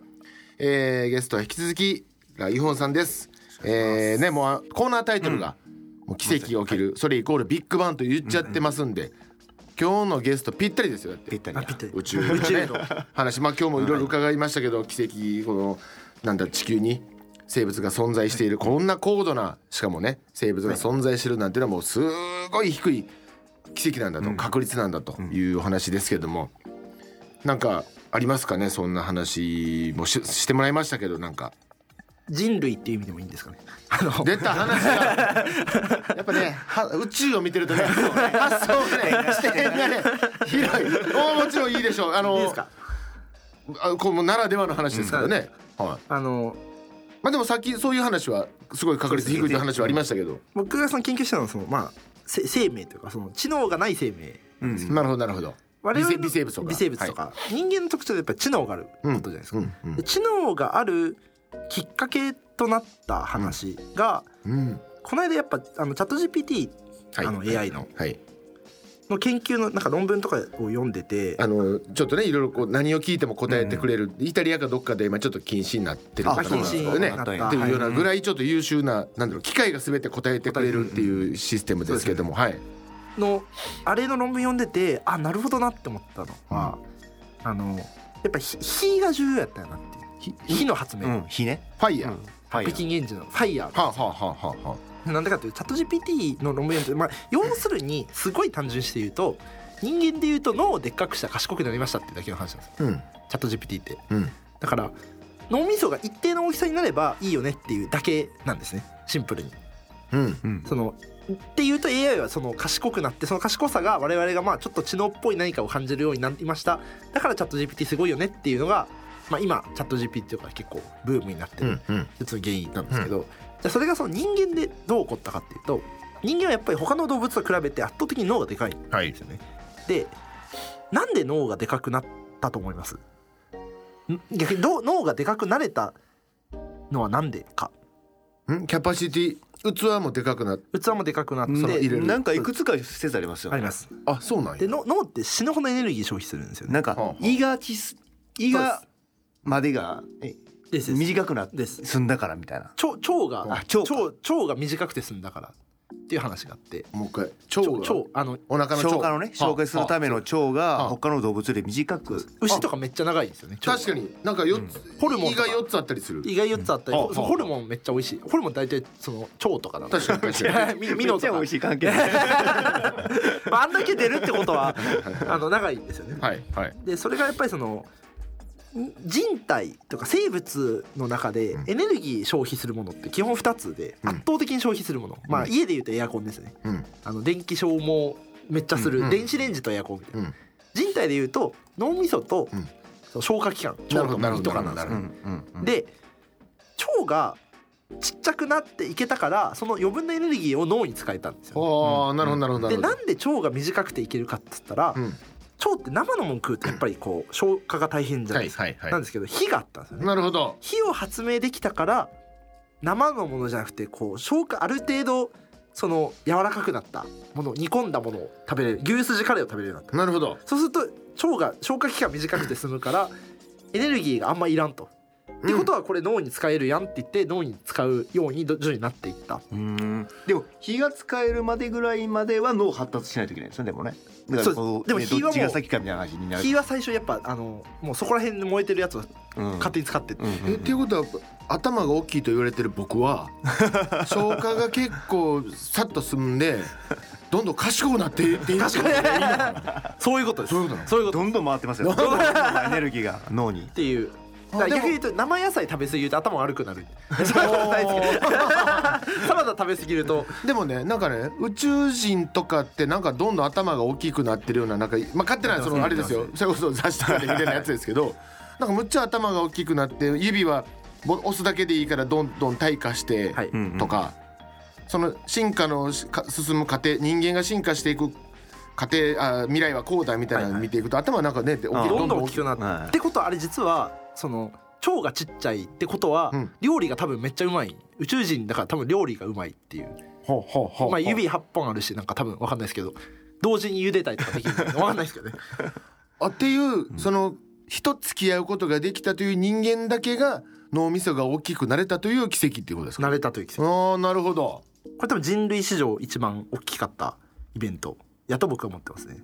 A: えーゲストは引き続きライホンさんですえーねもうコーナータイトルが「もう奇跡が起きる」それイコールビッグバンと言っちゃってますんで、今日のゲストぴったりですよだって
B: ぴったりだ。
C: ピッて
A: 宇宙の、ね、話まあ今日もいろいろ伺いましたけど奇跡このなんだ地球に生物が存在しているこんな高度なしかもね生物が存在してるなんていうのはもうすごい低い奇跡なんだと、確率なんだというお話ですけども、なんかありますかねそんな話もししてもらいましたけどなんか
C: 人類っていう意味でもいいんですかねあの
A: 出た話がやっぱねは宇宙を見てるとね発想がね視点がね広いおもちろんいいでしょうあの
C: いいですか
A: あこうもうならではの話ですからね、はい
C: あの
A: まあでもさっきそういう話はすごい確率低いという話はありましたけど、
C: 僕がその研究したのはそのまあせ生命というかその知能がない生命
A: なるほどなるほど
C: 我々の
A: 微生微生物とか
C: 微生物とか、人間の特徴でやっぱり知能があることじゃないですか、
A: うんうん
C: で知能があるきっかけとなった話が、
A: うん
C: この間やっぱあのチャット GPT
A: はい
C: あの AI の
A: はい
C: の研究のなんか論文とかを読んでて
A: あのちょっとねいろいろこう何を聞いても答えてくれる、イタリアかどっかで今ちょっと禁止になってる
B: あ
A: かな
B: そう
C: 禁
B: なんですか
C: 止に
A: ね
C: なった、
B: ね
A: っていうような
C: はい
A: ぐらいちょっと優秀ななんだろう機械が全て答えてくれるっていうシステムですけども、はい
C: のあれの論文読んでてあなるほどなって思ったのは、あのやっぱり「ひ」ひが重要やったんやなっていうひ火の発明、
B: うん、火ね。
A: ファイヤー。
B: はい
C: 北京原人のファイヤー
A: はあ、はあはあはあは
C: なんでかというとチャット GPT の論文って、まあ、要するにすごい単純にして言うと人間で言うと脳をでっかくしたら賢くなりましたってだけの話なんで
A: あ。
C: す
A: うん。
C: チャット GPT って
A: うん。
C: だから脳みそが一定の大きさになればいいよねっていうだけなんですねシンプルに。
A: うん。
B: うん
C: そのっていうと AI はその賢くなってその賢さが我々がまあちょっと知能っぽい何かを感じるようになりましただからチャット GPT すごいよねっていうのが、まあ、今チャット GPT とか結構ブームになっ
A: う
C: てる
A: ん。うん。
C: 一つの原因なんですけど、じゃあそれがその人間でどう起こったかっていうと人間はやっぱり他の動物と比べて圧倒的に脳がでかいん
A: はい
C: です。よね。でなんで脳がでかくなったと思いますん逆にどう脳がでかくなれたのはなんでか
A: んキャパシティ、器もでかくなっ
C: 器もでかくなって
A: その入れる
B: なんかいくつか説ありますよ
C: あり
B: ね。
C: ます
A: あ、そうなんや
C: で。の脳って死ぬほどエネルギー消費するんですよね。
B: なん
A: はあは
B: か
A: あ
B: 胃がちす胃がまでがえ
C: ですです
B: 短くなって
C: です
B: 済んだからみたいな。
C: 腸腸が
B: あ腸か
C: 腸腸が短くて済んだからっていう話があって
A: もう一
C: 腸
A: 回。腸が
C: 腸。あの
A: お腹の腸。
B: 消化のね消化するための腸
A: は
B: が
A: あ
B: 他の動物より短 く
C: 牛とかめっちゃ長いんですよね。腸が
A: 確かになんか四つ、
C: ホルモン
A: 胃
C: と
A: が
C: か
A: 四つあったりする。
C: 意外4つあったり、
A: うんあ
C: そう
A: あ
C: ホルモンめっちゃ美味しいホルモン大体その腸とかだ
A: 確かに確か
C: に ミ ミノとか、
B: しい関係
C: まあ、あんだけ出るってこと はあの長いんですよね
A: に。はいはい。
C: でそれがやっぱりそのん人体とか生物の中でエネルギー消費するものって基本2つで
A: うん
C: 圧倒的に消費するもの、まあ家でいうとエアコンですね
A: うん
C: あの電気消耗めっちゃす
A: うんう
C: る
A: ん
C: 電子レンジとエアコンみたいな、
A: うん。
C: 人体でいうと脳みそと
A: うん
C: その消化器官腸
A: なる
C: と
A: ほどなるほど
C: か胃とかなんで
A: な
C: すよ
A: るほど
B: うんうんうん
C: で腸がちっちゃくなっていけたからその余分なエネルギーを脳に使えたんですよ、
A: ああなるほどなるほどな
C: で
A: るほど。
C: なんで腸が短くていけるかっつったら、
A: うん
C: 腸って生のもん食うとやっぱりこう消化が大変じゃな
A: はいい
C: ですか、
A: はい
C: なん
A: は
C: ですけど火があったんですよ
A: い。
C: ね
A: なるほど。
C: 火を発明できたから生のものじゃなくてこう消化ある程度その柔らかくなったもの煮込んだものを食べれる牛すじカレーを食べれるようになった
A: なるほど。
C: そうすると腸が消化器官短くて済むからエネルギーがあんまいらんとっ
A: う
C: て
A: ん
C: ことはこれ脳に使えるやんって言って脳に使うように徐々になっていった
B: うんでも火が使えるまでぐらいまでは脳発達しないといけないですよねでもねだからこう
C: そうですで
B: ねど
C: も火はもう
B: っちが先かみたいな話になる
C: 火は最初やっぱあのもうそこら辺で燃えてるやつを
B: うん
C: 勝手に使ってって、
B: うんうん
A: えっていうことは頭が大きいと言われてる僕 は消化が結構さっと進んでどんどん賢くなっていっていい
C: 確かに そういうことです
A: そういうことなの
C: そういうこと
B: どんどん回ってますよどんどんエネルギーが脳に
C: っていうだ
A: あ
C: か
A: で
C: ら
A: も
C: 逆に言うと生野菜食べ過ぎると頭悪くなる それはないですけどサラダ食べ過ぎると
A: でもねなんかね宇宙人とかってなんかどんどん頭が大きくなってるようななんか、まあ、勝手なそのあれですよそれこそ雑誌とかで見れるやつですけ どなんかむっちゃ頭が大きくなって指はぼ押すだけでいいからどんどん退化して
C: はい
B: うんうん
A: とか、その進化のしか進む過程人間が進化していく過程あ未来はこうだみたいな
C: はい
A: の
C: は
A: 見
C: い
A: ていくと、頭なんかねって
B: あ
A: 大
B: ー
A: きい
C: どんどん大きくなって、
B: はい
C: ってことはあれ実はその腸がちっちゃいってことは、
A: うん
C: 料理が多分めっちゃうまい宇宙人だから多分料理がうまいっていう
A: ほうほうほう
C: まあ指8本あるしなんか多分わかんないですけど同時に茹でたりとかできるんでわかんないですけどね
A: あっていうその人付き合うことができたという人間だけが脳みそが大きくなれたという奇跡っていうことですか
C: 慣れたという奇跡
A: ああなるほど
C: これ多分人類史上一番大きかったイベントやと僕は思ってますね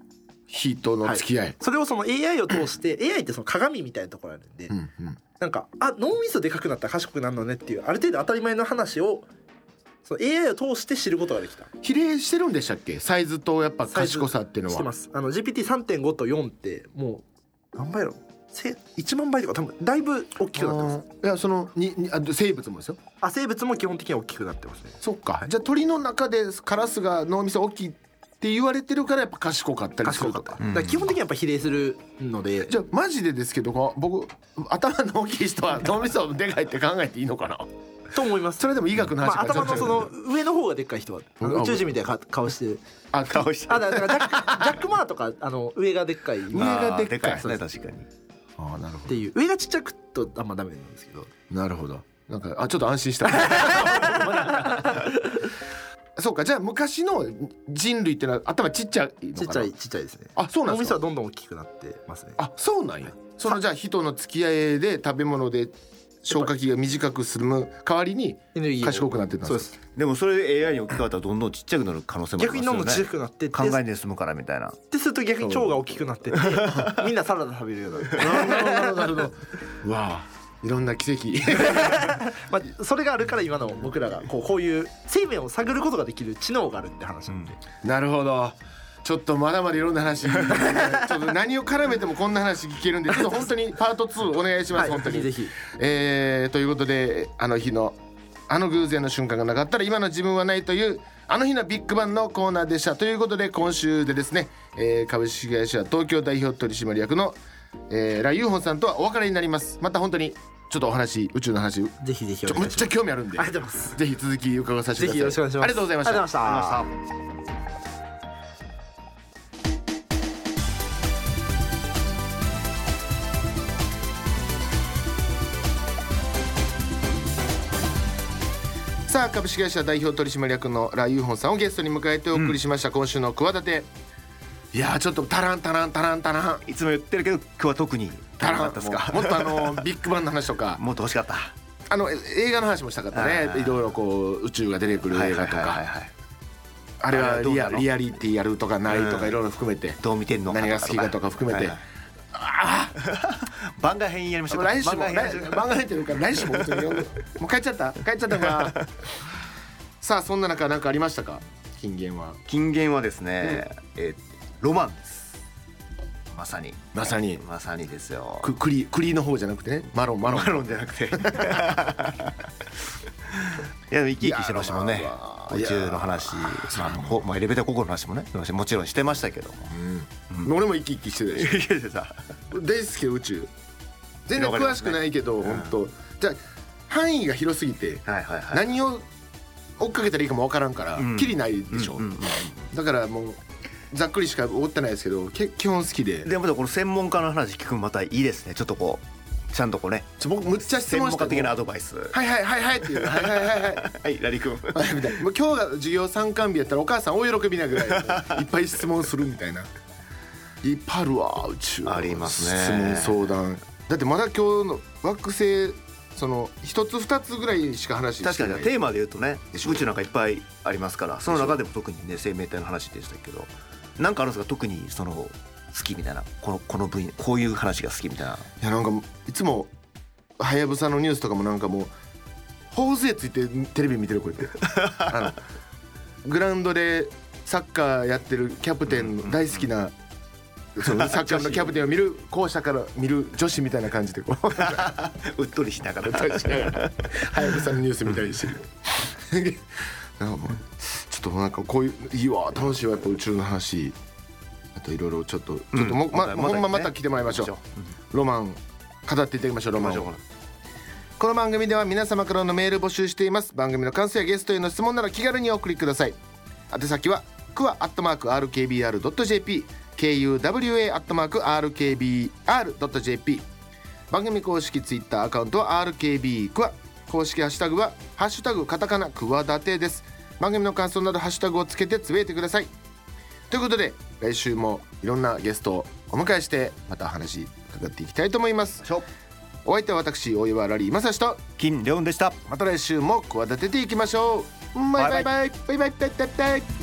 A: 火との付き合い、
C: それをその AI を通して AI ってその鏡みたいなところあるんで、
A: うんうん
C: なんかあ脳みそでかくなったら賢くなるのねっていうある程度当たり前の話をその AI を通して知ることができた
A: 比例してるんでしたっけサイズとやっぱ
C: サイズ
A: 賢さっていうの
C: してま
A: は
C: すあの GPT3.5 と4ってもう何倍やろせ1万倍とか多分だいぶ大きくなってます
A: あーいやそのににあ生物もですよ
C: あ生物も基本的には大きくなってますね
A: そっかじゃあ鳥の中でカラスが脳みそ大きいって言われてるからやっぱ賢かったりす
C: 賢
A: る
C: かった、
B: ん
C: だから基本的にはやっぱ比例するので
A: じゃあマジでですけどこう僕頭の大きい人は脳みそでかいって考えていいのかな
C: と思います
A: それでも医学の話
C: まあ、
A: から
C: 頭のその上の方がでっかい人はあの
A: うん
C: 宇宙人みたいなか顔して る
A: あか
B: 顔して
C: あだからジャックジャック・マーとかあの上がでっかいっ
A: 上がでっかい
B: あーでかいですね確かに
A: あーなるほ
C: ていう上がちっちゃくとあんまダメなんですけど
A: どなるほどなんかあちょっと安心した そうかじゃあ昔の人類ってのは頭ちっちゃいのか
C: ち
A: な
C: っちゃいちっちゃいですね
A: あそうなん
C: 脳
A: で
C: み
A: す
C: そは
A: か
C: どんどん大きくなってますね
A: あそうなんやそのじゃあ人の付き合いで食べ物で消化器が短くする代わりに
C: エネルギーを
A: 賢くなってたん
C: そ
A: で
C: うですす
B: でもそれで AI に置き換わったらどんどんちっちゃくなる可能性もありま
C: 逆
B: す
C: に
B: よね
C: どんどん小さくなってって
B: 考えに進むからみたいな
C: ってすると逆に腸が大きくなってってみんなサラダ食べるようにな る
A: なるほどなるほどなるほどうわあいろんな奇跡
C: まあ、それがあるから今の僕らがこうこういう生命を探ることができる知能があるって話なんで、
A: なるほどちょっとまだまだいろんな 話ちょっと何を絡めてもこんな話聞けるんでちょっと本当にパート2お願いします、
C: はい
A: 本当に
C: ぜひぜひ
A: えーということであの日のあの偶然の瞬間がなかったら今の自分はないというあの日のビッグバンのコーナーでしたということで今週でですね、えー株式会社東京代表取締役の、えー、ラ・ユーホンさんとはお別れになりますまた本当にちょっとお話宇宙の話
C: ぜひぜひお
A: ちょ
C: 願
A: めっ
C: いし
A: ちゃ
C: ます
A: 興味あるんで
C: ありがとうございます
A: ぜひ続き伺わさせて
C: ぜ
A: ください
C: ひよろしくお願いします
A: ありがとうございました
C: ありがとうございました
A: さあ株式会社代表取締役のラユーホンさんをゲストに迎えてお送りしました、今週の企ていやーちょっとタランタランタランタラン
B: いつも言ってるけど今日は特に
A: タラ
B: か
A: ン
B: ったですか
A: もうもっとあのビッグバンの話とか
B: もっと欲しかった
A: あのえ映画の話もしたかった
B: はい
A: ね
B: はいはい
A: いろいろこう宇宙が出てくる映画と
B: はいはいはい
A: か
B: はい
A: あれ
B: あれ
A: は
B: はどう
A: リ
B: な
A: ア
B: の
A: リアリティやるとかないと
B: う
A: か
B: ん
A: いろいろ含めて
B: どう見てんの
A: 何が好きかとか含めて
B: はいはい番外編やりましょうか
A: 来週も
B: 番外編
A: 来番外編というか来週も本当にもう帰っちゃった帰っちゃった かさあそんな中何かありましたか金言は
B: 金言はですね、えーロマンですまさに
A: まさに
B: まさにですよ
A: く栗栗の方じゃなくてねマロンマロン
B: マロンじゃなくて いやでも生き生きしてましたもん
A: い
B: ね
A: やー
B: 宇宙の話まあほまあエレベーター心の話もねもちろんしてましたけども
A: 俺も生き生きしてたでしょ
B: いやいやさ
A: 大好きよ宇宙全然
B: 広がり
A: 詳
B: ま
A: し
B: す
A: く
B: ね
A: ないけど、本当じゃあ範囲が広すぎて、
B: はいはいはい
A: 何を追っかけたらいいかもわからんから、
B: うん
A: きりないでしょ、
B: うんうん
A: だからもうざっくりしか追ってないですけどけ基本好きで
B: でもこの専門家の話聞くのまたいいですねちょっとこうちゃんとこうね
A: ちょ僕むっちゃ質
B: 専
A: 問
B: 門
A: した
B: 家
A: も
B: 的
A: う
B: なアドバイス
A: はいはいはいはいっていうはいはいはいはい
B: はいラリ 君
A: はいみたいなもう今日が授業参観日やったらお母さん大喜びなぐらいいっぱい質問するみたいないっぱいあるわ宇宙
B: ありますね
A: 質問相談だってまだ今日の惑星その一つ二つぐらいしか話してない
B: 確かにテーマで言うとね
A: でしょ
B: 宇宙なんかいっぱいありますからその中でも特にね生命体の話でしたけどなんかあるんですか特にその好きみたいなこのこの分野こういう話が好きみたいない
A: やなんかいつもはやぶさのニュースとかもなんかもう頬杖ついてテレビ見てるこうやってあのグラウンドでサッカーやってるキャプテンの大好きなそのサッカーのキャプテンを見る校舎から見る女子みたいな感じでこう
B: うっとりしながら
A: 立ちながらはやぶさのニュース見たりしてるなんかもうちょっとなんかこういういいわ楽しいわやっぱ宇宙の話あといろいろちょっとちょっともう、ま
B: だ
A: ほんま
B: だね
A: また来てもらいましょう
B: 行。き
A: ロマン語っていただきましょうロマ
B: まし
A: ン
B: ょう
A: をこの番組では皆様からのメール募集しています番組の感想やゲストへの質問なら気軽にお送りください宛先はくわ @rkbr.jp kuwa @rkbr.jp 番組公式ツイッターアカウントは RKB クワ公式ハッシュタグは「ハッシュタグカタカナクワダテ」です番組の感想などハッシュタグをつけてつぶえてくださいということで来週もいろんなゲストをお迎えしてまたお話伺っていきたいと思います
B: しょう
A: お相手は私大岩ラリー正史と
B: 金レオンでした
A: また来週も企てていきましょうバイバイバイバイバイバイバイバイ